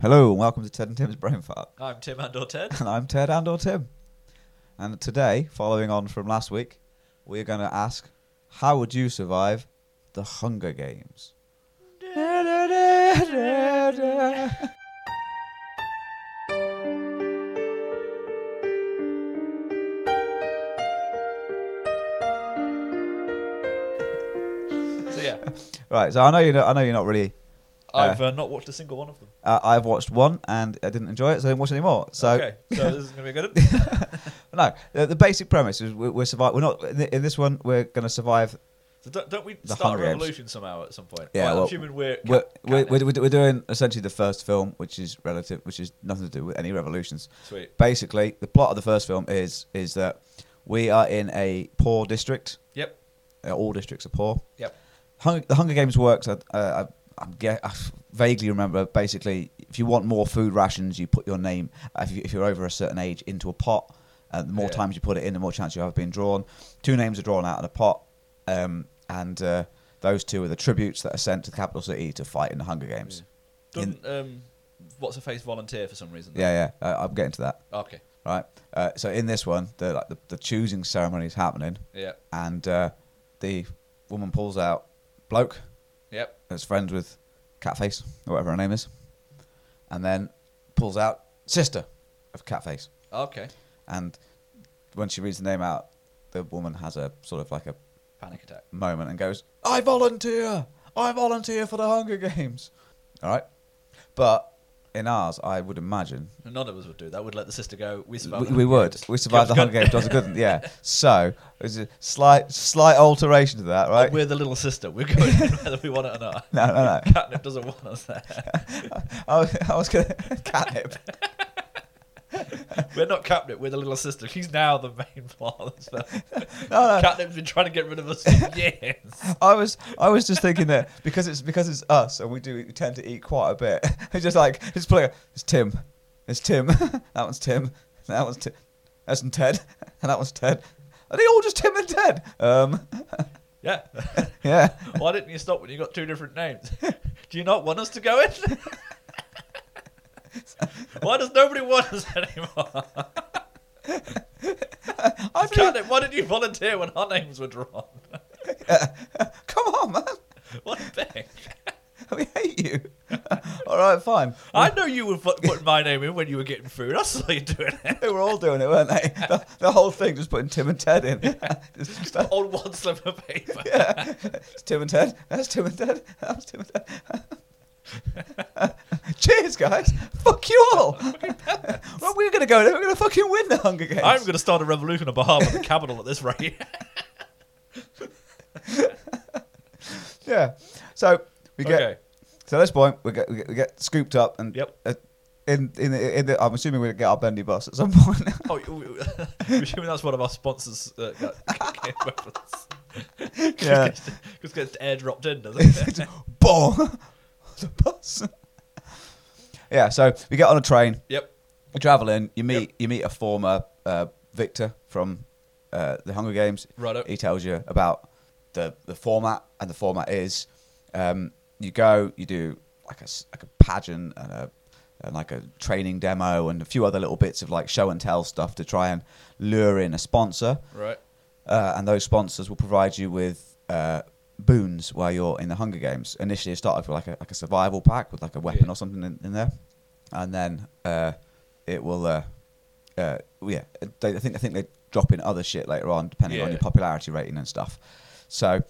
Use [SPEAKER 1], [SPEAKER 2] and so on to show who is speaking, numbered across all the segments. [SPEAKER 1] Hello and welcome to Ted and Tim's Brain Fart.
[SPEAKER 2] I'm Tim and or Ted.
[SPEAKER 1] And I'm Ted and or Tim. And today, following on from last week, we're going to ask how would you survive the Hunger Games?
[SPEAKER 2] So yeah,
[SPEAKER 1] Right, so I know you know, I know you're not really
[SPEAKER 2] I've uh, not watched a single one of them.
[SPEAKER 1] uh, I've watched one and I didn't enjoy it, so I didn't watch any more. So
[SPEAKER 2] okay, so this is gonna be good.
[SPEAKER 1] no,
[SPEAKER 2] one.
[SPEAKER 1] the, the basic premise is we're, we're survive. We're not in thi- in this one. We're going to survive.
[SPEAKER 2] So don't, don't we
[SPEAKER 1] The
[SPEAKER 2] start a
[SPEAKER 1] Hunger Games.
[SPEAKER 2] revolution somehow at some point?
[SPEAKER 1] Yeah,
[SPEAKER 2] Well, I'm
[SPEAKER 1] well,
[SPEAKER 2] assuming we're.
[SPEAKER 1] We're,
[SPEAKER 2] cat-
[SPEAKER 1] we're,
[SPEAKER 2] catnip.
[SPEAKER 1] we're, we're doing essentially the first film, which is relative, which is nothing to do with any revolutions.
[SPEAKER 2] Sweet.
[SPEAKER 1] Basically, the plot of the first film is is that we are in a poor district.
[SPEAKER 2] Yep.
[SPEAKER 1] Uh, all districts are poor.
[SPEAKER 2] Yep.
[SPEAKER 1] Hung- the Hunger Games works. Uh, uh, I'm ge- I vaguely remember. Basically, if you want more food rations, you put your name. uh, If, you, if you're over a certain age, into a pot. And the more
[SPEAKER 2] Yeah.
[SPEAKER 1] times you put it in, the more chance you have of being drawn. Two names are drawn out in a pot, um, and uh, those two are the tributes that are sent to the capital city to fight in the Hunger Games.
[SPEAKER 2] Doesn't um, what's her face volunteer for some reason? though?
[SPEAKER 1] Yeah, yeah. Uh, I'm getting to that.
[SPEAKER 2] Okay.
[SPEAKER 1] Right. Uh, so in this one, the like the, the choosing ceremony is happening,
[SPEAKER 2] Yeah.
[SPEAKER 1] and uh, the woman pulls out bloke
[SPEAKER 2] Yep.
[SPEAKER 1] that's friends with Catface or whatever her name is, and then pulls out sister of Catface,
[SPEAKER 2] Okay.
[SPEAKER 1] and when she reads the name out, the woman has a sort of like a
[SPEAKER 2] Panic attack.
[SPEAKER 1] moment and goes, "I volunteer! I volunteer for the Hunger Games." All right, but in ours, I would imagine
[SPEAKER 2] None of us would do that. We'd let the sister go. We survived.
[SPEAKER 1] we, we would. We survived the Hunger Games. That was a good. one, Yeah. So there's a slight, slight alteration to that, right?
[SPEAKER 2] We're the little sister. We're going in whether we want it or not.
[SPEAKER 1] No, no, no.
[SPEAKER 2] Catnip doesn't want us there.
[SPEAKER 1] I was, I was gonna catnip.
[SPEAKER 2] We're not catnip. We're the little sister. She's now the main plot. of this film.
[SPEAKER 1] Oh, No, no.
[SPEAKER 2] Catnip's been trying to get rid of us for years.
[SPEAKER 1] I was I was just thinking that because it's because it's us and we do we tend to eat quite a bit. It's just like just play. It's Tim. It's Tim. that one's Tim. That one's Tim. That's and Ted. And that one's Ted. Are they all just Tim and Ted? Um,
[SPEAKER 2] Yeah.
[SPEAKER 1] yeah.
[SPEAKER 2] Why didn't you stop when you got two different names? Do you not want us to go in? why does nobody want us anymore?
[SPEAKER 1] I feel,
[SPEAKER 2] Catnip, why did you volunteer when our names were drawn?
[SPEAKER 1] come on, man.
[SPEAKER 2] What a bitch.
[SPEAKER 1] We hate you. all right, fine.
[SPEAKER 2] I know you were fu- putting my name in when you were getting food. I saw you doing it.
[SPEAKER 1] They were all doing it, weren't they? The, the whole thing just putting Tim and Ted in. Just-
[SPEAKER 2] On one slip of paper.
[SPEAKER 1] yeah. It's Tim and Ted. That's Tim and Ted. That's Tim and Ted. Cheers, guys. Fuck you all. well, we're going to go there. We're going to fucking win the Hunger Games.
[SPEAKER 2] I'm going to start a revolution on behalf of the capital at this rate.
[SPEAKER 1] yeah. So we get.
[SPEAKER 2] okay.
[SPEAKER 1] So at this point, we get, we get, we get scooped up and.
[SPEAKER 2] Yep.
[SPEAKER 1] Uh, in, in, the, in the, I'm assuming we're going to get our bendy bus at some point.
[SPEAKER 2] Oh, you- you- I'm assuming that's one of our sponsors. Uh,
[SPEAKER 1] Yeah.
[SPEAKER 2] Because it gets airdropped in, doesn't it?
[SPEAKER 1] It's boom. the bus. yeah, so we get on a train.
[SPEAKER 2] yep.
[SPEAKER 1] You travel in. You meet
[SPEAKER 2] Yep.
[SPEAKER 1] you meet a former uh, victor from uh, the Hunger Games.
[SPEAKER 2] Righto.
[SPEAKER 1] He tells you about the the format, and the format is um, you go, you do like a s- like a pageant and a and like a training demo and a few other little bits of like show and tell stuff to try and lure in a sponsor.
[SPEAKER 2] Right.
[SPEAKER 1] Uh, and those sponsors will provide you with uh, boons while you're in the Hunger Games. Initially, it started with like a, like a survival pack with like a weapon
[SPEAKER 2] Yeah.
[SPEAKER 1] or something in, in there, and then uh, it will. Uh, uh, yeah, they, I think I think they drop in other shit later on depending on
[SPEAKER 2] Yeah.
[SPEAKER 1] your popularity rating and stuff. So,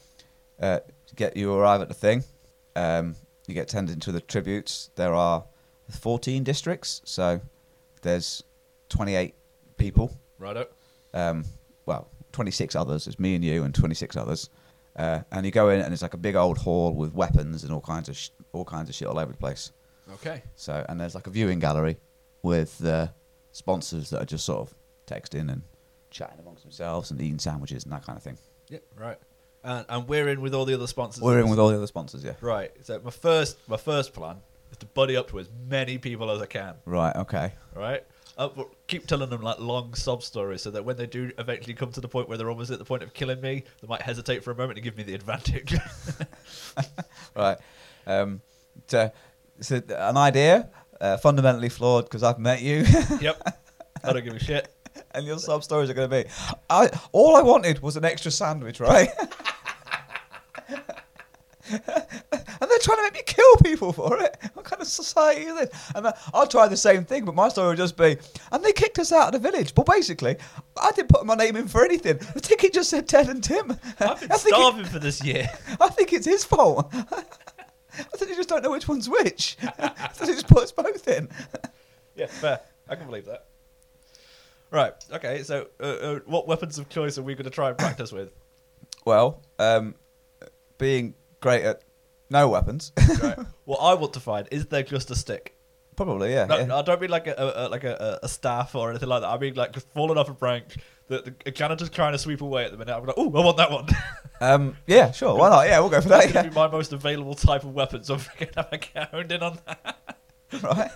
[SPEAKER 1] uh, to get you arrive at the thing. Um, you get turned into the tributes. There are 14 districts, so there's 28 people
[SPEAKER 2] Righto.
[SPEAKER 1] um, well, 26 others. It's me and you and 26 others. Uh, and you go in, and it's like a big old hall with weapons and all kinds of sh- all kinds of shit all over the place.
[SPEAKER 2] Okay.
[SPEAKER 1] So, and there's like a viewing gallery with uh, sponsors that are just sort of texting and chatting amongst themselves and eating sandwiches and that kind of thing.
[SPEAKER 2] Yep. Right. And, and we're in with all the other sponsors.
[SPEAKER 1] We're in with all the other sponsors, yeah.
[SPEAKER 2] Right. So my first my first plan is to buddy up to as many people as I can.
[SPEAKER 1] Right, okay.
[SPEAKER 2] Right. Uh, well, keep telling them like long sob stories so that when they do eventually come to the point where they're almost at the point of killing me, they might hesitate for a moment and give me the advantage.
[SPEAKER 1] Right. Um, so, so an idea uh, fundamentally flawed because I've met you,
[SPEAKER 2] Yep. I don't give a shit.
[SPEAKER 1] and your sub stories are going to be, I all I wanted was an extra sandwich, right? and they're trying to make me kill people for it. What kind of society is this? And I- I'll try the same thing, but my story will just be, and they kicked us out of the village. But basically, I didn't put my name in for anything. The ticket just said Ted and Tim.
[SPEAKER 2] I've been
[SPEAKER 1] I think it-
[SPEAKER 2] starving for this year.
[SPEAKER 1] I think it's his fault. I think you just don't know which one's which. so he just puts both in.
[SPEAKER 2] Yeah, fair. I can believe that. Right. Okay. So, uh, uh, what weapons of choice are we going to try and practice with?
[SPEAKER 1] Well, um, being great at no weapons,
[SPEAKER 2] Right. what I want to find is there just a stick?
[SPEAKER 1] probably yeah.
[SPEAKER 2] No,
[SPEAKER 1] yeah.
[SPEAKER 2] I don't mean like a, a a- like a, a staff or anything like that. I mean like just falling off a branch. The, the a janitor's trying to sweep away at the minute. I'm like, oh, I want that one.
[SPEAKER 1] Um, yeah, sure, why not? Yeah, we'll go for
[SPEAKER 2] That's
[SPEAKER 1] that.
[SPEAKER 2] going to
[SPEAKER 1] Yeah,
[SPEAKER 2] be my most available type of weapon. So I'm going to have a hound in on that.
[SPEAKER 1] right.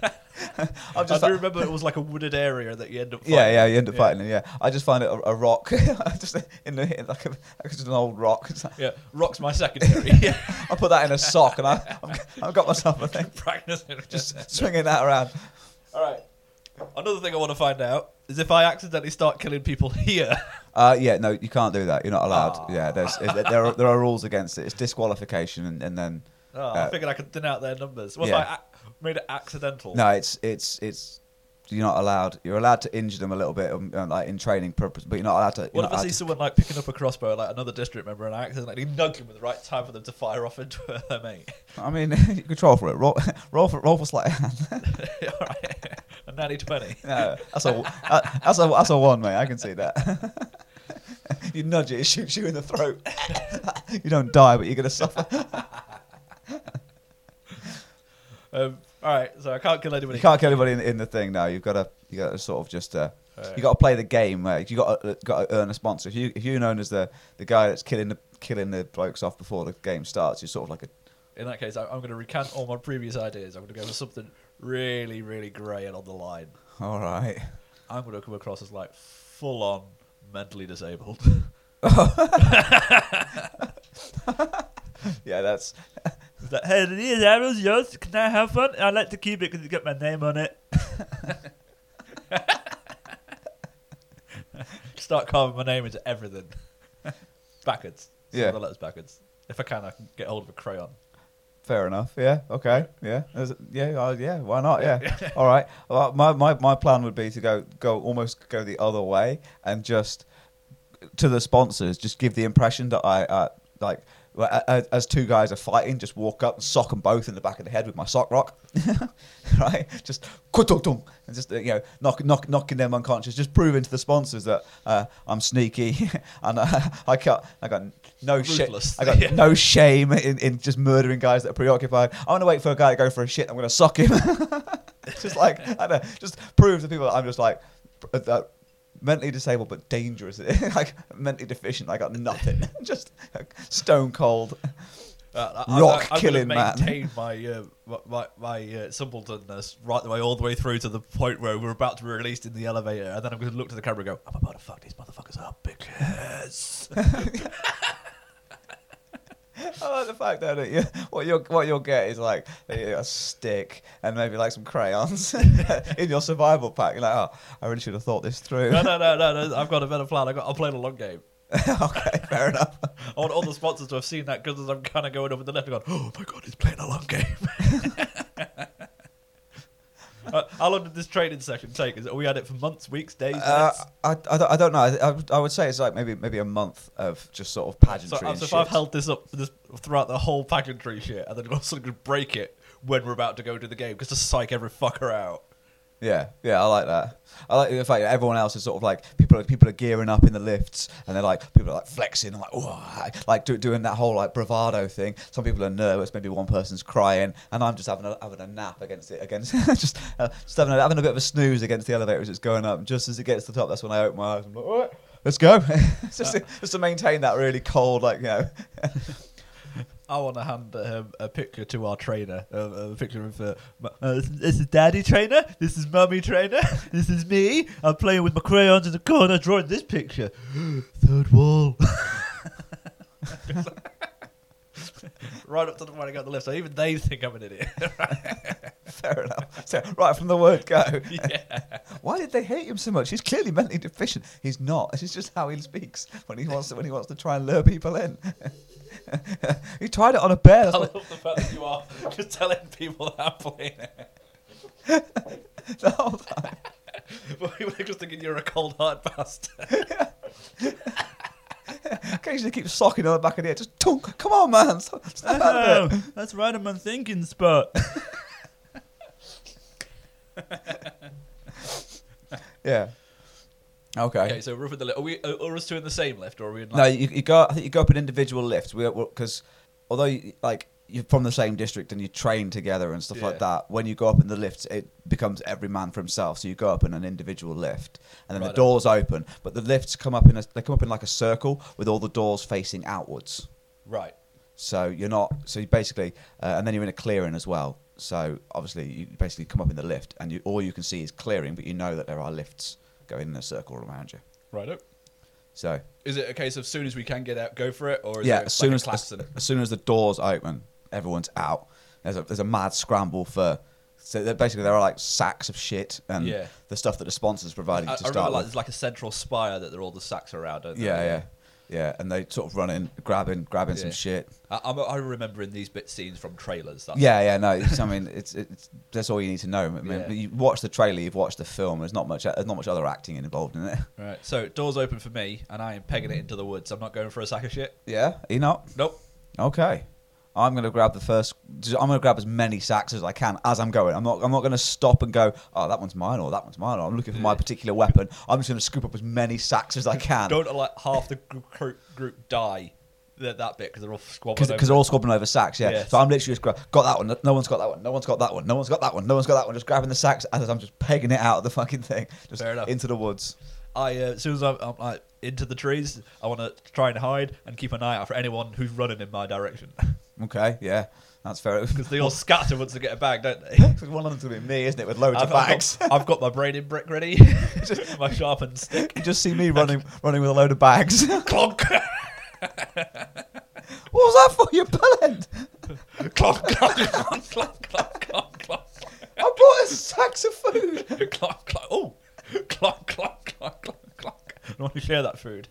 [SPEAKER 1] I'm
[SPEAKER 2] I
[SPEAKER 1] just.
[SPEAKER 2] do
[SPEAKER 1] Like,
[SPEAKER 2] remember it was like a wooded area that you end up. Fighting.
[SPEAKER 1] yeah, yeah, you end up fighting. Yeah, yeah. I just find it a, a rock, just in the in like, a, like just an old rock. It's like-
[SPEAKER 2] Yeah, rocks my secondary. yeah,
[SPEAKER 1] I put that in a sock, and I I've- I've got myself a thing.
[SPEAKER 2] practice it.
[SPEAKER 1] Just swinging that around.
[SPEAKER 2] All right. Another thing I want to find out is if I accidentally start killing people here.
[SPEAKER 1] Uh, yeah, no, you can't do that. You're not allowed.
[SPEAKER 2] Ah.
[SPEAKER 1] Yeah, there's it- there are, there are rules against it. It's disqualification, and, and then
[SPEAKER 2] Oh, I
[SPEAKER 1] Uh,
[SPEAKER 2] figured I could thin out their numbers. What
[SPEAKER 1] yeah.
[SPEAKER 2] if I ac- made it accidental?
[SPEAKER 1] no, it's it's it's you're not allowed. You're allowed to injure them a little bit, um, uh, like in training purpose, but you're not allowed to. You're
[SPEAKER 2] What
[SPEAKER 1] not
[SPEAKER 2] if I
[SPEAKER 1] allowed
[SPEAKER 2] see
[SPEAKER 1] to-
[SPEAKER 2] someone like picking up a crossbow, like another district member, and I accidentally nudge him with the right time for them to fire off into their mate?
[SPEAKER 1] I mean, you control for it. Roll, roll for roll for sleight of hand.
[SPEAKER 2] All right, a nanny twenty.
[SPEAKER 1] No, that's a uh, that's a that's a one, mate. I can see that. you nudge it, it shoots you in the throat. you don't die, but you're gonna suffer.
[SPEAKER 2] Um, all right, so I can't kill anybody.
[SPEAKER 1] You can't kill anybody in, in the thing now. You've got to you got to sort of just uh,
[SPEAKER 2] Alright.
[SPEAKER 1] you got to play the game. Uh, you got to, got to earn a sponsor. If you if you're known as the, the guy that's killing the killing the blokes off before the game starts, you're sort of like a
[SPEAKER 2] In that case, I, I'm going to recant all my previous ideas. I'm going to go for something really, really grey and on the line.
[SPEAKER 1] all right.
[SPEAKER 2] I'm going to come across as like full on mentally disabled.
[SPEAKER 1] Yeah, that's
[SPEAKER 2] It's like, hey, these arrows yours? Can I have one? I like to keep it because it's got my name on it. Start carving my name into everything. backwards. Some of
[SPEAKER 1] Yeah.
[SPEAKER 2] The letters backwards. If I can, I can get hold of a crayon.
[SPEAKER 1] fair enough. Yeah. Okay. Yeah. There's- yeah. Uh, yeah. Why not? Yeah. all right. Well, my, my my plan would be to go go almost go the other way and just to the sponsors, just give the impression that I uh, like. well, a- a- As two guys are fighting, just walk up and sock them both in the back of the head with my sock rock, right? Just kutung and just uh, you know knock, knock, knocking them unconscious, just proving to the sponsors that uh, I'm sneaky and uh, I can't, I got no shit,
[SPEAKER 2] Ruthless.
[SPEAKER 1] I got
[SPEAKER 2] Yeah.
[SPEAKER 1] no shame in, in just murdering guys that are preoccupied. I'm gonna wait for a guy to go for a shit. I'm gonna sock him. just like I don't know, just prove to people that I'm just like pr- that mentally disabled but dangerous, like mentally deficient. I got nothing. just like, stone cold.
[SPEAKER 2] Uh,
[SPEAKER 1] Rock
[SPEAKER 2] I'm
[SPEAKER 1] killing man.
[SPEAKER 2] gonna maintain my uh, my- my my uh, subalternness right the way all the way through to the point where we're about to be released in the elevator, and then I'm going to look to the camera and go, "I'm about to fuck these motherfuckers up because."
[SPEAKER 1] I like the fact though that uh, you, what you'll what you'll get is like uh, a stick and maybe like some crayons in your survival pack. You're like, oh, I really should have thought this through.
[SPEAKER 2] no, no, no, no, no! I've got a better plan. I got. I'm playing a long game.
[SPEAKER 1] okay, fair enough.
[SPEAKER 2] I want all the sponsors to have seen that because I'm kind of going over the left and going, oh my god, he's playing a long game. uh, how long did this training session take? Is it, we had it for months, weeks, days,
[SPEAKER 1] Uh,
[SPEAKER 2] minutes?
[SPEAKER 1] I, I, don't, I don't know. I, I, would- I would say it's like maybe maybe a month of just sort of pageantry.
[SPEAKER 2] So, uh,
[SPEAKER 1] and
[SPEAKER 2] so if
[SPEAKER 1] shit.
[SPEAKER 2] I've held this up this, throughout the whole pageantry shit, and then also just break it when we're about to go to the game, because to psych every fucker out.
[SPEAKER 1] Yeah, yeah, I like that. I like the fact that everyone else is sort of like people are people are gearing up in the lifts, and they're like people are like flexing, like "Whoa," like do, doing that whole like bravado thing. Some people are nervous, maybe one person's crying, and I'm just having a having a nap against it, against just uh, just having a, having a bit of a snooze against the elevator as it's going up. And just as it gets to the top, that's when I open my eyes. I'm like, all right, let's go, just, to, just to maintain that really cold, like you know,
[SPEAKER 2] I want to hand um, a picture to our trainer, uh, a picture of uh, m- uh, this- this is Daddy Trainer, this is Mummy Trainer, this is me. I'm playing with my crayons in the corner, drawing this picture. Third wall. right up to the point I got the left, so even they think I'm an idiot.
[SPEAKER 1] Fair enough. So, right from the word go.
[SPEAKER 2] yeah.
[SPEAKER 1] Why did they hate him so much? He's clearly mentally deficient. He's not. It's just how he speaks when he wants to, when he wants to try and lure people in. he tried it on a bear.
[SPEAKER 2] I
[SPEAKER 1] That's
[SPEAKER 2] love
[SPEAKER 1] what,
[SPEAKER 2] the fact that you are just telling people that I'm playing it.
[SPEAKER 1] the whole time.
[SPEAKER 2] But people are just thinking you're a cold hard bastard.
[SPEAKER 1] Occasionally keeps socking on the back of the head. Just tonk. Come on, man. Stop, snap out of it.
[SPEAKER 2] that's right in my thinking spot.
[SPEAKER 1] Yeah. Okay.
[SPEAKER 2] Okay, so rough at the lift. Are we uh, are, are us two in the same lift, or are we in
[SPEAKER 1] No,
[SPEAKER 2] like
[SPEAKER 1] you, you go. I think you go up an individual lift because although you, like you're from the same district and you train together and stuff
[SPEAKER 2] Yeah.
[SPEAKER 1] like that, when you go up in the lift, it becomes every man for himself. So you go up in an individual lift, and then
[SPEAKER 2] Right.
[SPEAKER 1] the doors open. But the lifts come up in a, they come up in like a circle with all the doors facing outwards.
[SPEAKER 2] right?
[SPEAKER 1] So you're not. So you basically, uh, and then you're in a clearing as well. So obviously, you basically come up in the lift, and you, all you can see is clearing, but you know that there are lifts going in a circle around you.
[SPEAKER 2] Right.
[SPEAKER 1] So
[SPEAKER 2] Is it a case of soon as we can get out, go for it, or is
[SPEAKER 1] yeah,
[SPEAKER 2] there
[SPEAKER 1] as soon
[SPEAKER 2] like
[SPEAKER 1] as
[SPEAKER 2] a class in it?
[SPEAKER 1] as soon as the doors open, everyone's out. There's a there's a mad scramble for. So they're- basically, there are like sacks of shit and
[SPEAKER 2] Yeah.
[SPEAKER 1] the stuff that the sponsors provided
[SPEAKER 2] I, I
[SPEAKER 1] to
[SPEAKER 2] remember
[SPEAKER 1] start
[SPEAKER 2] like,
[SPEAKER 1] with.
[SPEAKER 2] there's like a central spire that they're all the sacks are around. Don't they?
[SPEAKER 1] yeah, yeah, yeah, and they sort of run in, grabbing, grabbing some
[SPEAKER 2] Yeah.
[SPEAKER 1] shit.
[SPEAKER 2] I, I'm, I remember in these bit scenes from trailers. That's
[SPEAKER 1] Yeah, yeah, no. It's, I mean, it's, it's that's all you need to know. I mean,
[SPEAKER 2] Yeah.
[SPEAKER 1] you watch the trailer, you've watched the film. There's not much, there's not much other acting involved in it.
[SPEAKER 2] Right. So doors open for me, and I am pegging it into the woods. I'm not going for a sack of shit.
[SPEAKER 1] Yeah, you know.
[SPEAKER 2] Nope.
[SPEAKER 1] Okay. I'm gonna grab the first. I'm gonna grab as many sacks as I can as I'm going. I'm not. I'm not gonna stop and go. Oh, that one's mine, or that one's mine. Or I'm looking for my particular weapon. I'm just gonna scoop up as many sacks as I can
[SPEAKER 2] Don't let half the gr- group, group die. That, that bit because they're all squabbling.
[SPEAKER 1] because they're all squabbling over sacks. Yeah.
[SPEAKER 2] Yes.
[SPEAKER 1] So I'm literally just grab. Got that one. No one's got that one. No one's got that one. No one's got that one. No one's got that one. Just grabbing the sacks as I'm just pegging it out of the fucking thing. Just
[SPEAKER 2] Fair enough.
[SPEAKER 1] into the woods.
[SPEAKER 2] I uh, as soon as I'm, I'm like, into the trees, I want to try and hide and keep an eye out for anyone who's running in my direction
[SPEAKER 1] Okay. Yeah. That's fair.
[SPEAKER 2] because they all scatter once they get a bag, don't they?
[SPEAKER 1] one of them's gonna be me, isn't it? With loads of
[SPEAKER 2] I've
[SPEAKER 1] bags.
[SPEAKER 2] Got, I've got my brain in brick ready, my sharpened stick.
[SPEAKER 1] you just see me running, running with a load of bags.
[SPEAKER 2] Clonk,
[SPEAKER 1] what was that for? You bellend.
[SPEAKER 2] clonk, clonk, clonk, clonk, clonk, clonk, clonk,
[SPEAKER 1] I brought a sacks of food.
[SPEAKER 2] clonk, clonk. Oh, clonk, clonk, clonk, clonk, clonk. I don't want to share that food.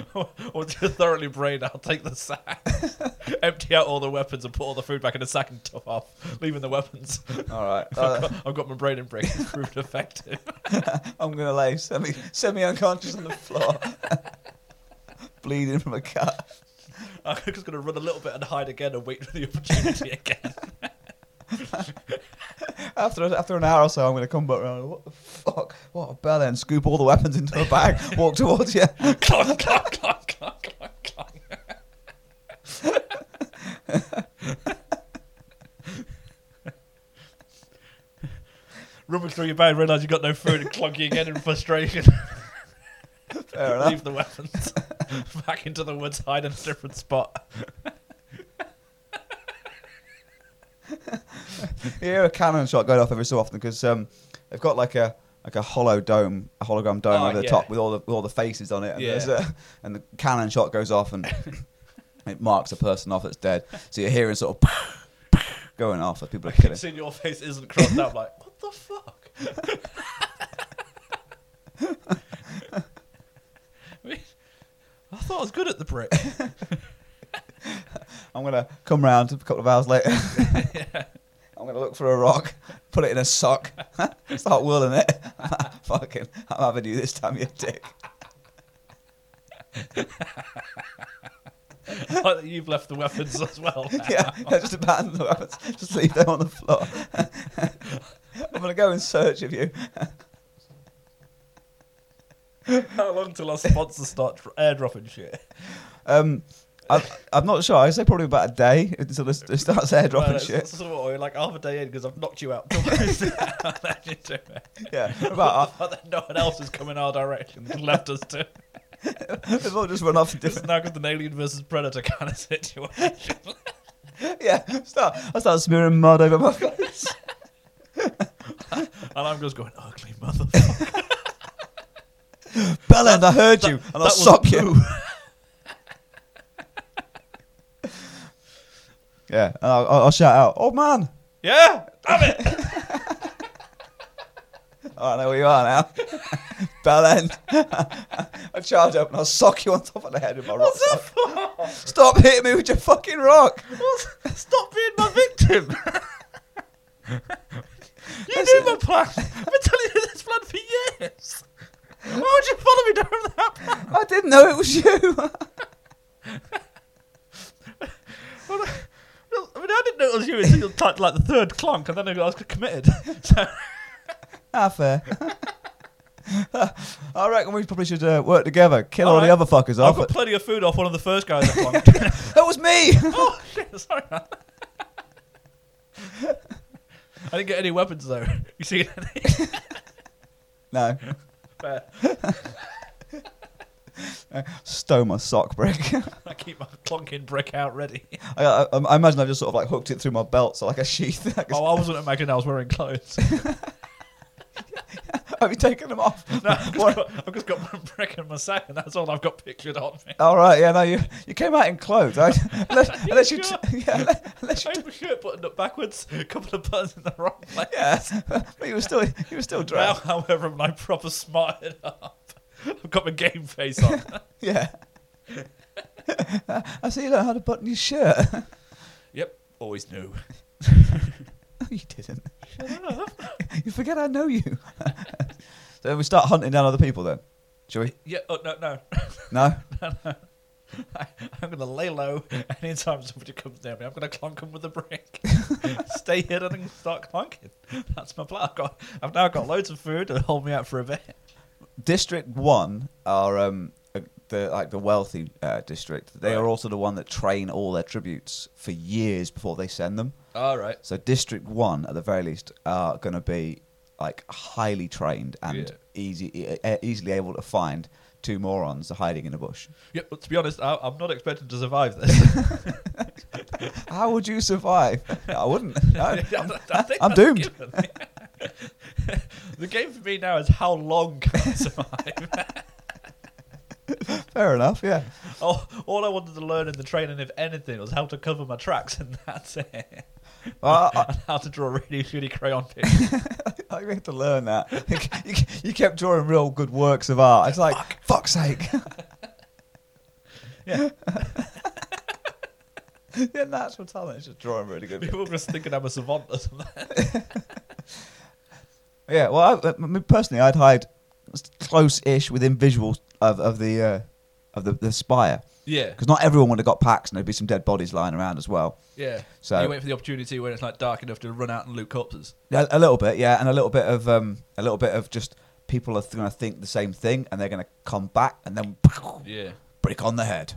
[SPEAKER 2] Once you're thoroughly brained, I'll take the sack, empty out all the weapons, and put all the food back in a sack and top off, leaving the weapons.
[SPEAKER 1] All right,
[SPEAKER 2] I've,
[SPEAKER 1] uh,
[SPEAKER 2] got, I've got my brain in brick. It's proved effective.
[SPEAKER 1] I'm gonna lay semi semi unconscious on the floor, bleeding from a cut.
[SPEAKER 2] I'm just going to run a little bit and hide again and wait for the opportunity again.
[SPEAKER 1] After after an hour or so, I'm gonna come back around. What the fuck? What a bell end! Scoop all the weapons into a bag, walk towards you.
[SPEAKER 2] clonk, clonk, clonk, clonk, clonk, clonk. Rummage through your bag, realise you've got no food, and clonk you again in frustration.
[SPEAKER 1] Fair enough.
[SPEAKER 2] Leave the weapons. Back into the woods, hide in a different spot.
[SPEAKER 1] You hear a cannon shot going off every so often because um, they've got like a like a hollow dome, a hologram dome
[SPEAKER 2] Oh,
[SPEAKER 1] over the
[SPEAKER 2] yeah.
[SPEAKER 1] top with all the with all the faces on it, and
[SPEAKER 2] Yeah.
[SPEAKER 1] there's a, and the cannon shot goes off and it marks a person off that's dead. So you're hearing sort of going off as people are killing.
[SPEAKER 2] Seeing your face isn't crossed out, like, what the fuck? I mean, I thought I was good at the brick.
[SPEAKER 1] I'm gonna come round a couple of hours later. I'm gonna look for a rock, put it in a sock, start whirling it. Fucking, I'm having you this time, you dick.
[SPEAKER 2] I like that you've left the weapons as well. now.
[SPEAKER 1] Yeah, yeah, just abandon the weapons, just leave them on the floor. I'm gonna go in search of you.
[SPEAKER 2] How long till our sponsors start dr- airdropping shit?
[SPEAKER 1] Um, I'm, I'm not sure. I say probably about a day until this, it starts airdropping
[SPEAKER 2] Well, it's
[SPEAKER 1] shit.
[SPEAKER 2] Sort of, we're like half a day in because I've knocked you out twice. I'll let you do it.
[SPEAKER 1] Yeah, about
[SPEAKER 2] But then no one else is coming our direction. They've left us to.
[SPEAKER 1] we've all just run off to
[SPEAKER 2] It's
[SPEAKER 1] different.
[SPEAKER 2] now got an alien versus predator kind of situation.
[SPEAKER 1] Yeah, start. I start smearing mud over my face.
[SPEAKER 2] And I'm just going, ugly motherfucker.
[SPEAKER 1] Bellend, I heard you, and
[SPEAKER 2] that
[SPEAKER 1] I'll
[SPEAKER 2] was
[SPEAKER 1] sock you. yeah, and I'll, I'll I'll shout out, "Oh man,
[SPEAKER 2] yeah, damn it!
[SPEAKER 1] I know where you are now. Bell end. I charge up and I'll sock you on top of the head with my rock.
[SPEAKER 2] What's up?
[SPEAKER 1] Stop hitting me with your fucking rock.
[SPEAKER 2] What's- Stop being my victim. you knew my plan. I've been telling you this plan for years. Why would you follow me down that plan?
[SPEAKER 1] I didn't know it was you.
[SPEAKER 2] Well, I mean, I didn't know it was you until you typed like the third clunk, and then I was committed. So,
[SPEAKER 1] ah, fair. I reckon we probably should uh, work together, kill all,
[SPEAKER 2] All
[SPEAKER 1] the
[SPEAKER 2] right.
[SPEAKER 1] other fuckers
[SPEAKER 2] I've
[SPEAKER 1] off.
[SPEAKER 2] got plenty of food off one of the first guys that clunked.
[SPEAKER 1] That was me!
[SPEAKER 2] oh shit! Sorry. man. I didn't get any weapons though. You see any?
[SPEAKER 1] no,
[SPEAKER 2] Fair.
[SPEAKER 1] stow my sock brick.
[SPEAKER 2] I keep my clunking brick out ready.
[SPEAKER 1] I, I, I imagine I've just sort of like hooked it through my belt, so like a sheath. Like,
[SPEAKER 2] Oh, I wasn't imagining I was wearing clothes.
[SPEAKER 1] Have you taken them off?
[SPEAKER 2] No, I've just, got, I've just got my brick and my sack, and that's all I've got pictured on me.
[SPEAKER 1] All right, yeah, no, you you came out in clothes. I, unless, unless you, t- yeah, unless you,
[SPEAKER 2] I had my shirt buttoned up backwards, a couple of buttons in the wrong place.
[SPEAKER 1] yeah, but you were still you were still
[SPEAKER 2] Now,
[SPEAKER 1] dressed.
[SPEAKER 2] however, I'm like proper smarted up. I've got my game face on.
[SPEAKER 1] Yeah. I see you know how to button your shirt.
[SPEAKER 2] yep, always knew.
[SPEAKER 1] No, you didn't. you forget I know you. so we start hunting down other people then. Shall we?
[SPEAKER 2] Yeah, oh, no, no.
[SPEAKER 1] No.
[SPEAKER 2] I, I'm going to lay low anytime somebody comes near me. I'm going to clonk them with a brick. Stay hidden and start clonking. That's my plan. I've, got, I've now got loads of food to hold me out for a bit.
[SPEAKER 1] District one are um uh, the like the wealthy uh, district. They
[SPEAKER 2] Right.
[SPEAKER 1] are also the one that train all their tributes for years before they send them.
[SPEAKER 2] All right.
[SPEAKER 1] So District One, at the very least, are going to be like highly trained and
[SPEAKER 2] Yeah.
[SPEAKER 1] easy, e- e- easily able to find two morons hiding in a bush.
[SPEAKER 2] Yeah, but to be honest, I, I'm not expecting to survive this.
[SPEAKER 1] How would you survive? I wouldn't.
[SPEAKER 2] I
[SPEAKER 1] No.
[SPEAKER 2] think
[SPEAKER 1] I'm
[SPEAKER 2] that's
[SPEAKER 1] doomed.
[SPEAKER 2] given. the game for me now is how long can I survive?
[SPEAKER 1] Fair enough. Yeah.
[SPEAKER 2] all, all I wanted to learn in the training, if anything, was how to cover my tracks, and that's it.
[SPEAKER 1] Well, I,
[SPEAKER 2] and how to draw really shitty crayon pictures.
[SPEAKER 1] I, I had Oh, to learn that. You, you kept drawing real good works of art. It's like fuck's sake.
[SPEAKER 2] yeah,
[SPEAKER 1] Your natural talent is just drawing really good.
[SPEAKER 2] people were just thinking I'm a savant or something.
[SPEAKER 1] Yeah, well, I, I mean, personally, I'd hide close-ish within visual of, of the uh, of the, the spire
[SPEAKER 2] Yeah,
[SPEAKER 1] because not everyone would have got packs, and there'd be some dead bodies lying around as well.
[SPEAKER 2] yeah.
[SPEAKER 1] So-
[SPEAKER 2] you wait for the opportunity when it's like dark enough to run out and loot corpses.
[SPEAKER 1] A, a little bit, yeah, and a little bit of um, a little bit of just people are going to think the same thing, and they're going to come back, and then
[SPEAKER 2] Yeah,
[SPEAKER 1] brick on the head.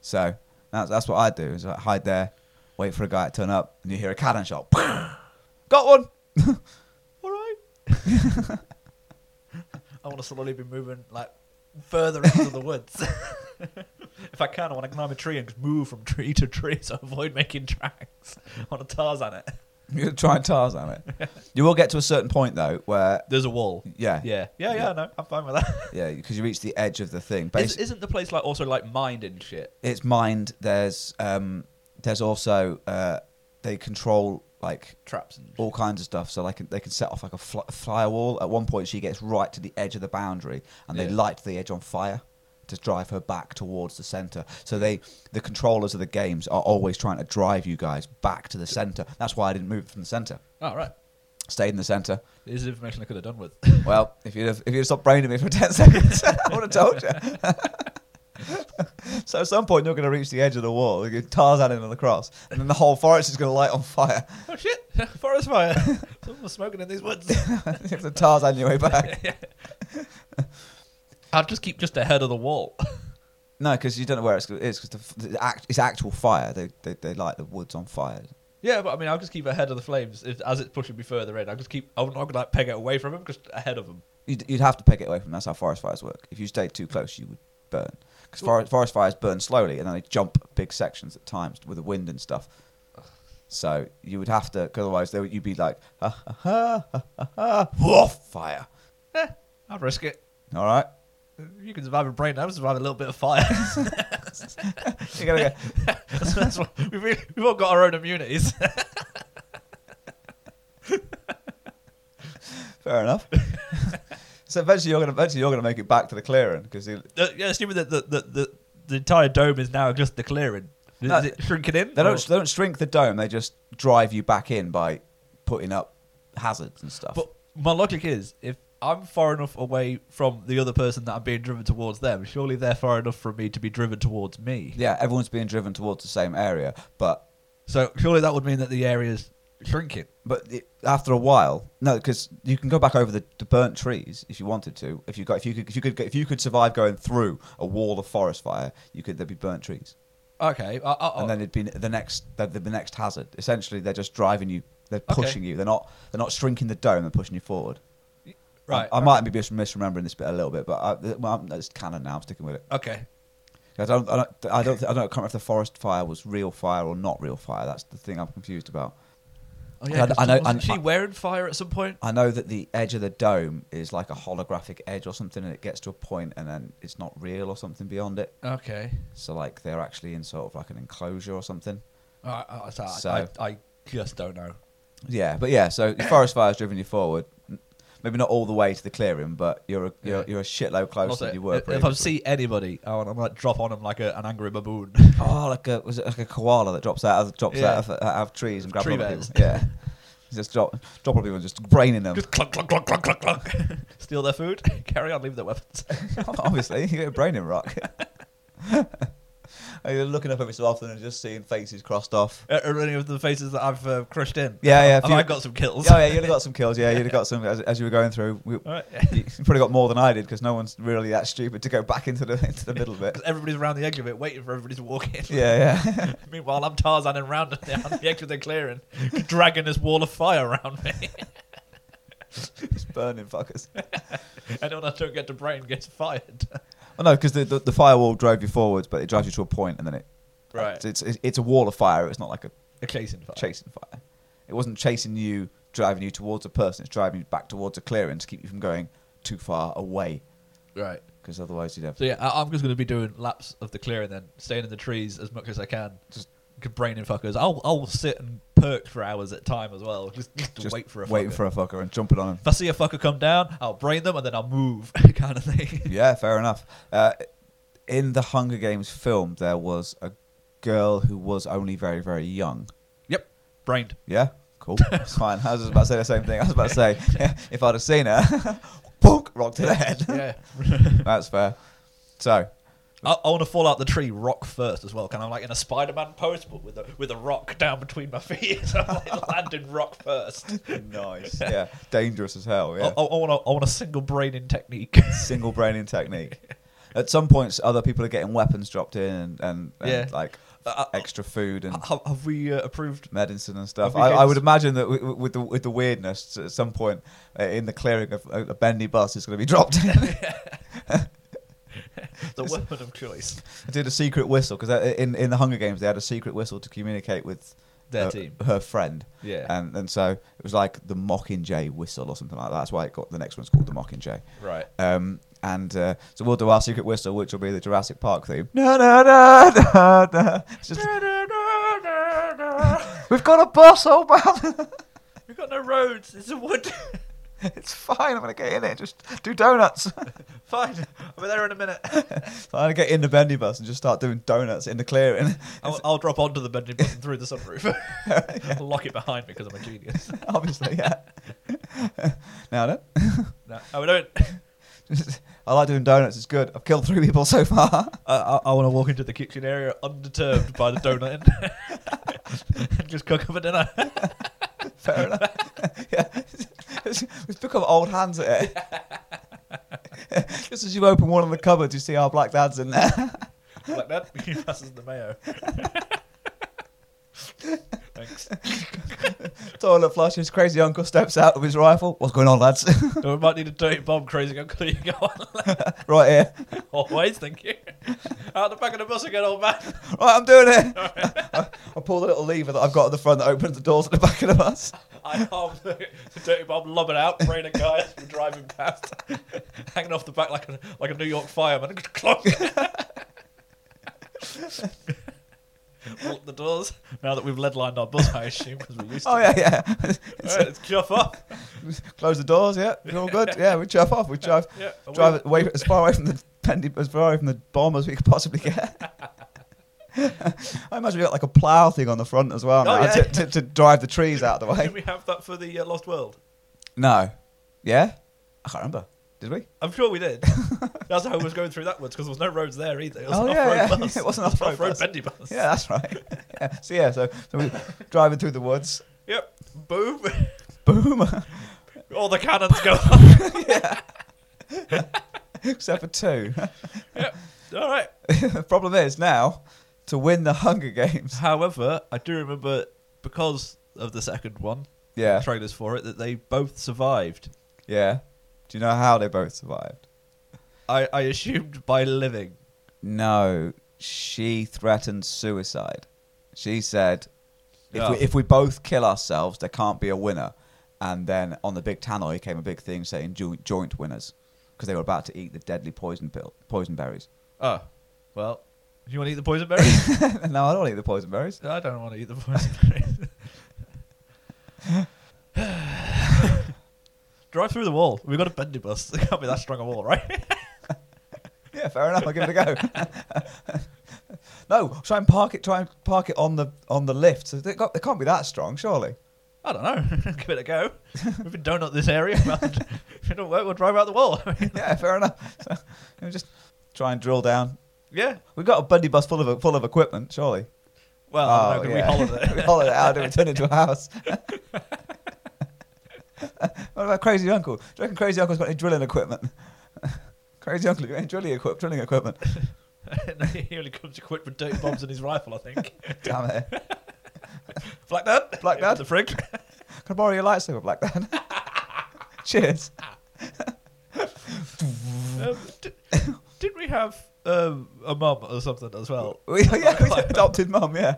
[SPEAKER 1] So that's that's what I do is I hide there, wait for a guy to turn up, and you hear a cannon shot. got one.
[SPEAKER 2] all right. I want to slowly be moving like further into the woods. if I can, I want to climb a tree and just move from tree to tree so I avoid making tracks. I want to Tarzan it.
[SPEAKER 1] You're trying Tarzan it. you will get to a certain point though where
[SPEAKER 2] There's a wall.
[SPEAKER 1] yeah
[SPEAKER 2] Yeah, yeah,
[SPEAKER 1] Yeah.
[SPEAKER 2] yeah. No, I'm fine with that.
[SPEAKER 1] yeah because you reach the edge of the thing.
[SPEAKER 2] Is,
[SPEAKER 1] Basically,
[SPEAKER 2] isn't the place like also like mined and shit?
[SPEAKER 1] it's mined. There's um, there's also uh, they control like
[SPEAKER 2] Traps and
[SPEAKER 1] all kinds of stuff. So like they can set off like a fl- firewall. At one point, she gets right to the edge of the boundary, and they
[SPEAKER 2] Yeah.
[SPEAKER 1] light the edge on fire to drive her back towards the center. So they, the controllers of the games, are always trying to drive you guys back to the center. That's why I didn't move from the center.
[SPEAKER 2] Oh, right.
[SPEAKER 1] Stayed in the center.
[SPEAKER 2] This is information I could have done with.
[SPEAKER 1] Well, if you'd have, if you'd have stopped braining me for ten seconds, I would have told you. so at some point, you're going to reach the edge of the wall, you Tarzan in on the cross, and then the whole forest is going to light on fire.
[SPEAKER 2] oh shit! Forest fire. Someone's smoking in these woods.
[SPEAKER 1] you have to Tarzan your way back.
[SPEAKER 2] I'll just keep just ahead of the wall.
[SPEAKER 1] No, because you don't know where it's, it's because the, f- the act, it's actual fire. They, they they light the woods on fire.
[SPEAKER 2] Yeah, but I mean, I'll just keep ahead of the flames if, as it's pushing me further in. I'll just keep. I'm not gonna like peg it away from him, just ahead of him.
[SPEAKER 1] You'd, you'd have to peg it away from. That's how forest fires work. If you stay too close, you would burn. Because forest, forest fires burn slowly, and then they jump big sections at times with the wind and stuff. So you would have to, 'cause otherwise they would, you'd be like, ha ha ha ha ha, ha, woof, fire.
[SPEAKER 2] Eh, I'll risk it.
[SPEAKER 1] All right,
[SPEAKER 2] You can survive a brain. I survive a little bit of fire.
[SPEAKER 1] you gotta go.
[SPEAKER 2] That's- that's what- we've, really- we've all got our own immunities.
[SPEAKER 1] Fair enough. So eventually you're gonna eventually you're gonna make it back to the clearing because they
[SPEAKER 2] Uh, yeah, assuming that the, the, the, the entire dome is now just the clearing. Is
[SPEAKER 1] No,
[SPEAKER 2] it shrinking in?
[SPEAKER 1] don't
[SPEAKER 2] Or-
[SPEAKER 1] they don't shrink the dome. They just drive you back in by putting up hazards and stuff.
[SPEAKER 2] But my logic is, if I'm far enough away from the other person that I'm being driven towards them, surely they're far enough from me to be driven towards me.
[SPEAKER 1] yeah, everyone's being driven towards the same area, but
[SPEAKER 2] So surely that would mean that the area's shrinking.
[SPEAKER 1] but it, after a while, no, because you can go back over the, the burnt trees if you wanted to. If you got if you could if you could get- if you could survive going through a wall of forest fire, you could there'd be burnt trees,
[SPEAKER 2] Okay. uh, I, I,
[SPEAKER 1] and then it'd be the next the, the next hazard. Essentially, they're just driving you. They're
[SPEAKER 2] Okay.
[SPEAKER 1] pushing you. They're not. They're not shrinking the dome. They're pushing you forward.
[SPEAKER 2] right.
[SPEAKER 1] I, I might be mis- misremembering this bit a little bit, but I, well, I'm, it's canon now. I'm sticking with it.
[SPEAKER 2] Okay.
[SPEAKER 1] I don't. I don't. I don't. Think, I don't. I can't remember if the forest fire was real fire or not real fire. That's the thing I'm confused about.
[SPEAKER 2] Oh,
[SPEAKER 1] I-
[SPEAKER 2] 'cause
[SPEAKER 1] I know-
[SPEAKER 2] Wasn't
[SPEAKER 1] I-
[SPEAKER 2] she
[SPEAKER 1] I-
[SPEAKER 2] wearing fire at some point?
[SPEAKER 1] I know that the edge of the dome is like a holographic edge or something, and it gets to a point, and then it's not real or something beyond it.
[SPEAKER 2] Okay.
[SPEAKER 1] So like they're actually in sort of like an enclosure or something.
[SPEAKER 2] All right, all right, so I-
[SPEAKER 1] So-
[SPEAKER 2] I, I just don't know.
[SPEAKER 1] Yeah, but yeah. So the forest fire's driven you forward. N- Maybe not all the way to the clearing, but you're a, you're,
[SPEAKER 2] Yeah.
[SPEAKER 1] you're a shitload closer
[SPEAKER 2] Also,
[SPEAKER 1] than you were.
[SPEAKER 2] if if I
[SPEAKER 1] previously.
[SPEAKER 2] see anybody, I want to like drop on them like a, an angry baboon.
[SPEAKER 1] Oh, like a was it like a koala that drops out of drops
[SPEAKER 2] Yeah.
[SPEAKER 1] out, of, out of trees and grabs
[SPEAKER 2] Tree
[SPEAKER 1] other
[SPEAKER 2] bears.
[SPEAKER 1] people. Yeah, just drop drop on people, and just braining them.
[SPEAKER 2] just clunk, clunk, clunk, clunk, clunk, clunk. Steal their food. Carry on. Leave their weapons.
[SPEAKER 1] Obviously, you get a brain in rock. And You're looking up every so often and just seeing faces crossed off.
[SPEAKER 2] Are- Are any of the faces that I've uh, crushed in?
[SPEAKER 1] Yeah, yeah. if
[SPEAKER 2] Have
[SPEAKER 1] you-
[SPEAKER 2] I got some kills?
[SPEAKER 1] Oh yeah, you'd have got some kills. Yeah, you'd have got some as, as you were going through. We,
[SPEAKER 2] All right.
[SPEAKER 1] you probably got more than I did because no one's really that stupid to go back into the into the middle of it.
[SPEAKER 2] 'Cause everybody's around the edge of it, waiting for everybody to walk in.
[SPEAKER 1] Yeah, yeah.
[SPEAKER 2] Meanwhile, I'm Tarzan and round down the edge of the clearing, dragging this wall of fire around me.
[SPEAKER 1] it's burning fuckers.
[SPEAKER 2] Anyone I don't get to brain gets fired.
[SPEAKER 1] Well, no, because the, the the firewall drove you forwards, but it drives you to a point and then it
[SPEAKER 2] Right.
[SPEAKER 1] It's it's, it's a wall of fire. It's not like a
[SPEAKER 2] A chasing fire.
[SPEAKER 1] chasing fire. It wasn't chasing you, driving you towards a person. It's driving you back towards a clearing to keep you from going too far away,
[SPEAKER 2] Right.
[SPEAKER 1] because otherwise you'd have
[SPEAKER 2] So yeah, I- I'm just going to be doing laps of the clearing then, staying in the trees as much as I can. Just braining fuckers. I'll I'll sit and perk for hours at time as well. Just, just,
[SPEAKER 1] just
[SPEAKER 2] wait for a
[SPEAKER 1] waiting
[SPEAKER 2] fucker.
[SPEAKER 1] for a fucker and jumping on him.
[SPEAKER 2] If I see a fucker come down, I'll brain them and then I'll move, kind of thing.
[SPEAKER 1] yeah, fair enough. Uh, in the Hunger Games film, there was a girl who was only very very young.
[SPEAKER 2] Yep, brained.
[SPEAKER 1] Yeah, cool. It's fine. I was just about to say the same thing. I was about to say if I'd have seen her, bonk, rock to the head.
[SPEAKER 2] Yeah.
[SPEAKER 1] That's fair. So
[SPEAKER 2] I, I want to fall out the tree rock first as well. Kind of like in a Spider-Man pose, but with a with a rock down between my feet. so I'm like landing rock first.
[SPEAKER 1] nice. Yeah, dangerous as hell. Yeah.
[SPEAKER 2] I, I, want a, I want a single braining technique.
[SPEAKER 1] single braining technique. At some points, other people are getting weapons dropped in and, and, and
[SPEAKER 2] Yeah.
[SPEAKER 1] like
[SPEAKER 2] Uh, uh,
[SPEAKER 1] extra food and
[SPEAKER 2] have, have we uh, approved?
[SPEAKER 1] medicine and stuff.
[SPEAKER 2] Have we
[SPEAKER 1] I, I
[SPEAKER 2] gained-
[SPEAKER 1] would imagine that w- w- with the with the weirdness, at some point uh, in the clearing of a a bendy bus is going to be dropped.
[SPEAKER 2] The weapon of choice.
[SPEAKER 1] I did a secret whistle because in in the Hunger Games they had a secret whistle to communicate with
[SPEAKER 2] Their
[SPEAKER 1] her,
[SPEAKER 2] team.
[SPEAKER 1] her friend.
[SPEAKER 2] Yeah.
[SPEAKER 1] and and so it was like the Mockingjay whistle or something like that. That's why it got the next one's called the Mockingjay.
[SPEAKER 2] Right.
[SPEAKER 1] Um, and uh, so we'll do our secret whistle, which will be the Jurassic Park theme. No, no, no, no, no. It's just, We've got a bus, old man.
[SPEAKER 2] We've got no roads. It's a wood.
[SPEAKER 1] it's fine. I'm gonna get in it. Just do donuts.
[SPEAKER 2] Fine. I'll be there in a minute.
[SPEAKER 1] I'm gonna get in the bendy bus and just start doing donuts in the clearing.
[SPEAKER 2] I'll, I'll drop onto the bending button through the sunroof. I'll lock it behind me because I'm a genius.
[SPEAKER 1] Obviously, yeah. now then,
[SPEAKER 2] No, how we doing?
[SPEAKER 1] I like doing donuts. It's good. I've killed three people so far.
[SPEAKER 2] I, I, I want to walk into the kitchen area undeterred by the donut end and just cook up a dinner.
[SPEAKER 1] Fair enough. yeah. We've become old hands at it. Just as you open one of the cupboards, you see our black dad's in there.
[SPEAKER 2] like that, he passes the mayo. Thanks.
[SPEAKER 1] Toilet flushes. Crazy uncle steps out with his rifle. What's going on, lads?
[SPEAKER 2] we might need a dirty bomb, crazy uncle. You go on.
[SPEAKER 1] right here.
[SPEAKER 2] Always, thank you. Out the back of the bus again, old man.
[SPEAKER 1] Right, I'm doing it. I, I pull the little lever that I've got at the front that opens the doors at the back of the bus.
[SPEAKER 2] I arm the the dirty bomb, lob it out, brain a guy as we're driving past, hanging off the back like a like a New York fireman. Clunk. Lock the doors. Now that we've lead lined our bus, I assume because we used to.
[SPEAKER 1] Oh yeah, yeah.
[SPEAKER 2] All right, let's chuff up.
[SPEAKER 1] Close the doors. Yeah, it's all good. Yeah, we drive off. We drive
[SPEAKER 2] Yeah, and
[SPEAKER 1] drive it away as far away from the pendy, as far away from the bomb as we could possibly get. I imagine we got like a plough thing on the front as well now,
[SPEAKER 2] Oh, yeah.
[SPEAKER 1] to, to, to drive the trees out of the
[SPEAKER 2] we- Did
[SPEAKER 1] way.
[SPEAKER 2] we have that for the uh, Lost World?
[SPEAKER 1] No, yeah, I can't remember. Did we?
[SPEAKER 2] I'm sure we did. That's how I was going through that one because there was no roads there either. It was
[SPEAKER 1] Oh,
[SPEAKER 2] an
[SPEAKER 1] yeah,
[SPEAKER 2] off-road
[SPEAKER 1] yeah.
[SPEAKER 2] bus.
[SPEAKER 1] It was an
[SPEAKER 2] It was an
[SPEAKER 1] off-road
[SPEAKER 2] off-road
[SPEAKER 1] bus.
[SPEAKER 2] bendy bus.
[SPEAKER 1] Yeah, that's right. Yeah. So yeah, so, so we driving through the woods.
[SPEAKER 2] Yep. Boom.
[SPEAKER 1] Boom.
[SPEAKER 2] All the cannons go off.
[SPEAKER 1] Except for two.
[SPEAKER 2] All right.
[SPEAKER 1] the problem is now to win the Hunger Games.
[SPEAKER 2] However, I do remember because of the second one,
[SPEAKER 1] Yeah,
[SPEAKER 2] trailers for it, that they both survived.
[SPEAKER 1] yeah. Do you know how they both survived?
[SPEAKER 2] I, I assumed by living.
[SPEAKER 1] No, she threatened suicide. She said, if,
[SPEAKER 2] Yeah.
[SPEAKER 1] we, if we both kill ourselves, there can't be a winner. And then on the big tannoy came a big thing saying joint, joint winners because they were about to eat the deadly poison pill, poison berries.
[SPEAKER 2] Oh, well, you want to eat the poison berries?
[SPEAKER 1] no, I don't want to eat the poison berries.
[SPEAKER 2] I don't want to eat the poison berries. Drive through the wall. We've got a bendy bus. It can't be that strong a wall, right?
[SPEAKER 1] Yeah, fair enough. I'll give it a go. no, try and park it. Try and park it on the on the lift. So they, got, they can't be that strong, surely.
[SPEAKER 2] I don't know. Give it a go. We've been donut this area. Well, if it don't work, we'll drive out the wall.
[SPEAKER 1] yeah, fair enough. So, you know, just try and drill down.
[SPEAKER 2] yeah.
[SPEAKER 1] We've got a bundy bus full of full of equipment, surely.
[SPEAKER 2] Well, I don't
[SPEAKER 1] Oh,
[SPEAKER 2] know, can
[SPEAKER 1] yeah.
[SPEAKER 2] we holiday?
[SPEAKER 1] we hollowed it out and we turned it into a house. what about Crazy Uncle? Do you reckon Crazy Uncle's got any drilling equipment? Crazy Uncle, have you got any drilling, equip- drilling equipment?
[SPEAKER 2] No, he only comes equipped with dirty bombs in his rifle, I think.
[SPEAKER 1] Damn it.
[SPEAKER 2] Black Dad?
[SPEAKER 1] Black Dad?
[SPEAKER 2] The frig?
[SPEAKER 1] Can I borrow your lightsaber, Black Dan? Cheers.
[SPEAKER 2] um, d- didn't we have um, a mum or something as well?
[SPEAKER 1] We, yeah, we adopted mum, yeah.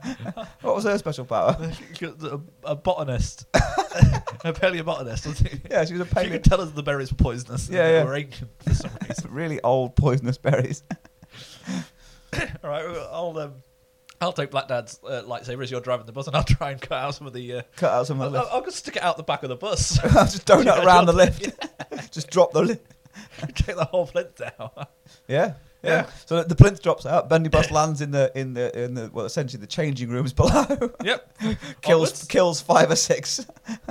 [SPEAKER 1] What was her special power?
[SPEAKER 2] a, a botanist. a paleobotanist. Wasn't she?
[SPEAKER 1] Yeah, she was a
[SPEAKER 2] She could
[SPEAKER 1] paleo.
[SPEAKER 2] tell us the berries were poisonous. and
[SPEAKER 1] Yeah,
[SPEAKER 2] they
[SPEAKER 1] yeah.
[SPEAKER 2] were ancient for some reason.
[SPEAKER 1] really old poisonous berries.
[SPEAKER 2] All right, well, I'll um, I'll take Black Dad's uh, lightsaber as you're driving the bus, and I'll try and cut out some of the. Uh,
[SPEAKER 1] Cut out some of the
[SPEAKER 2] I'll,
[SPEAKER 1] lift.
[SPEAKER 2] I'll just stick it out the back of the bus.
[SPEAKER 1] Just donut
[SPEAKER 2] oh, Yeah,
[SPEAKER 1] around the
[SPEAKER 2] John.
[SPEAKER 1] lift. Just drop the lift.
[SPEAKER 2] take the whole plinth down.
[SPEAKER 1] Yeah. Yeah.
[SPEAKER 2] Yeah.
[SPEAKER 1] So the plinth drops out. Bendy bus lands in the in the in the well, essentially the changing rooms below.
[SPEAKER 2] yep.
[SPEAKER 1] kills
[SPEAKER 2] Onwards.
[SPEAKER 1] kills five or six.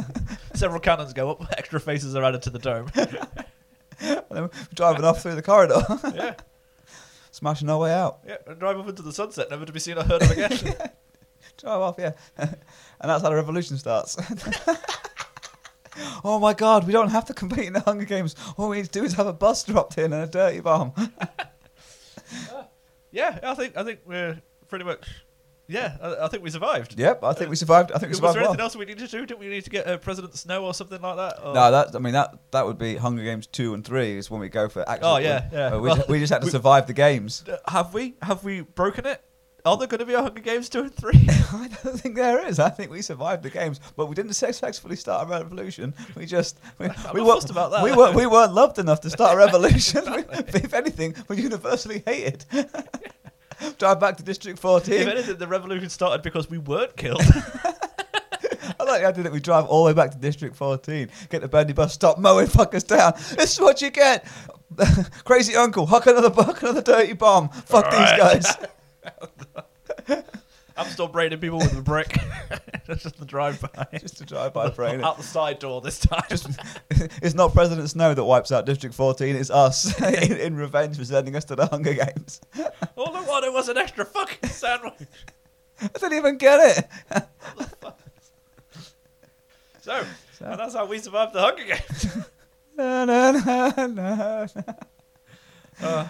[SPEAKER 2] Several cannons go up. Extra faces are added to the dome.
[SPEAKER 1] And then we're driving off through the corridor,
[SPEAKER 2] yeah,
[SPEAKER 1] smashing our way out.
[SPEAKER 2] yeah. And drive off into the sunset, never to be seen or heard of again.
[SPEAKER 1] Drive off, yeah. and that's how the revolution starts. oh my god, we don't have to compete in the Hunger Games. All we need to do is have a bus dropped in and a dirty bomb.
[SPEAKER 2] yeah, I think I think we're pretty much. Yeah, I, I think we survived.
[SPEAKER 1] Yep, I think we survived. I think we
[SPEAKER 2] Was
[SPEAKER 1] survived
[SPEAKER 2] there
[SPEAKER 1] well.
[SPEAKER 2] anything else we needed to do? Didn't we need to get uh, President Snow or something like that? Or-
[SPEAKER 1] No, that I mean that that would be Hunger Games two and three is when we go for. Actual,
[SPEAKER 2] Oh, yeah, yeah.
[SPEAKER 1] uh, we,
[SPEAKER 2] Well,
[SPEAKER 1] ju- we just had to
[SPEAKER 2] we-
[SPEAKER 1] survive the games.
[SPEAKER 2] Uh, Have we? Have we broken it? Are there going to be a Hunger Games two and three?
[SPEAKER 1] I don't think there is. I think we survived the games, but we didn't successfully start a revolution. We just we, we
[SPEAKER 2] not
[SPEAKER 1] weren't
[SPEAKER 2] fussed about that.
[SPEAKER 1] We weren't, we weren't loved enough to start a revolution. We- if anything, we're universally hated. Drive back to District
[SPEAKER 2] if
[SPEAKER 1] 14.
[SPEAKER 2] anything, the revolution started because we weren't killed.
[SPEAKER 1] I like the idea that we drive all the way back to District 14, get the bandy bus, stop mowing fuckers down. This is what you get. Crazy uncle, huck another buck, another dirty bomb. Fuck these
[SPEAKER 2] Alright.
[SPEAKER 1] guys.
[SPEAKER 2] I'm still braining people with a brick. That's just the drive by.
[SPEAKER 1] Just to drive by brain.
[SPEAKER 2] Out the side door this time.
[SPEAKER 1] Just, it's not President Snow that wipes out District 14, it's us in, in revenge for sending us to the Hunger Games.
[SPEAKER 2] All I wanted was an extra fucking sandwich.
[SPEAKER 1] I didn't even get it.
[SPEAKER 2] So,
[SPEAKER 1] So-
[SPEAKER 2] and that's how we survived the Hunger Games.
[SPEAKER 1] Na, na, na, na.
[SPEAKER 2] Uh,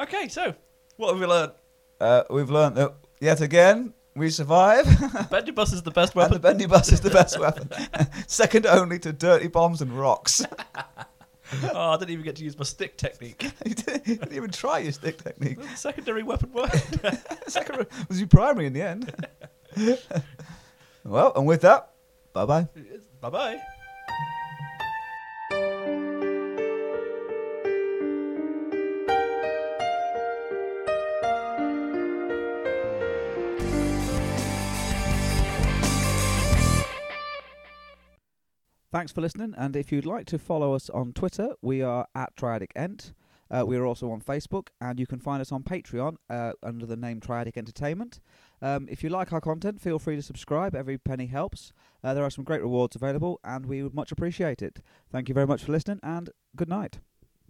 [SPEAKER 2] okay, so what have we learned?
[SPEAKER 1] Uh, we've learnt that yet again we survive,
[SPEAKER 2] Bendy bus is the best
[SPEAKER 1] and
[SPEAKER 2] weapon.
[SPEAKER 1] the bendy bus is the best weapon, second only to dirty bombs and rocks.
[SPEAKER 2] oh, I didn't even get to use my stick technique.
[SPEAKER 1] you didn't, you didn't even try your stick technique.
[SPEAKER 2] Secondary weapon work.
[SPEAKER 1] Second it was your primary in the end. well, and with that, bye bye.
[SPEAKER 2] bye bye.
[SPEAKER 3] Thanks for listening. And if you'd like to follow us on Twitter, we are at Triadic Ent. Uh, we are also on Facebook, and you can find us on Patreon uh, under the name Triadic Entertainment. Um, if you like our content, feel free to subscribe. Every penny helps. Uh, there are some great rewards available, and we would much appreciate it. Thank you very much for listening, and good night.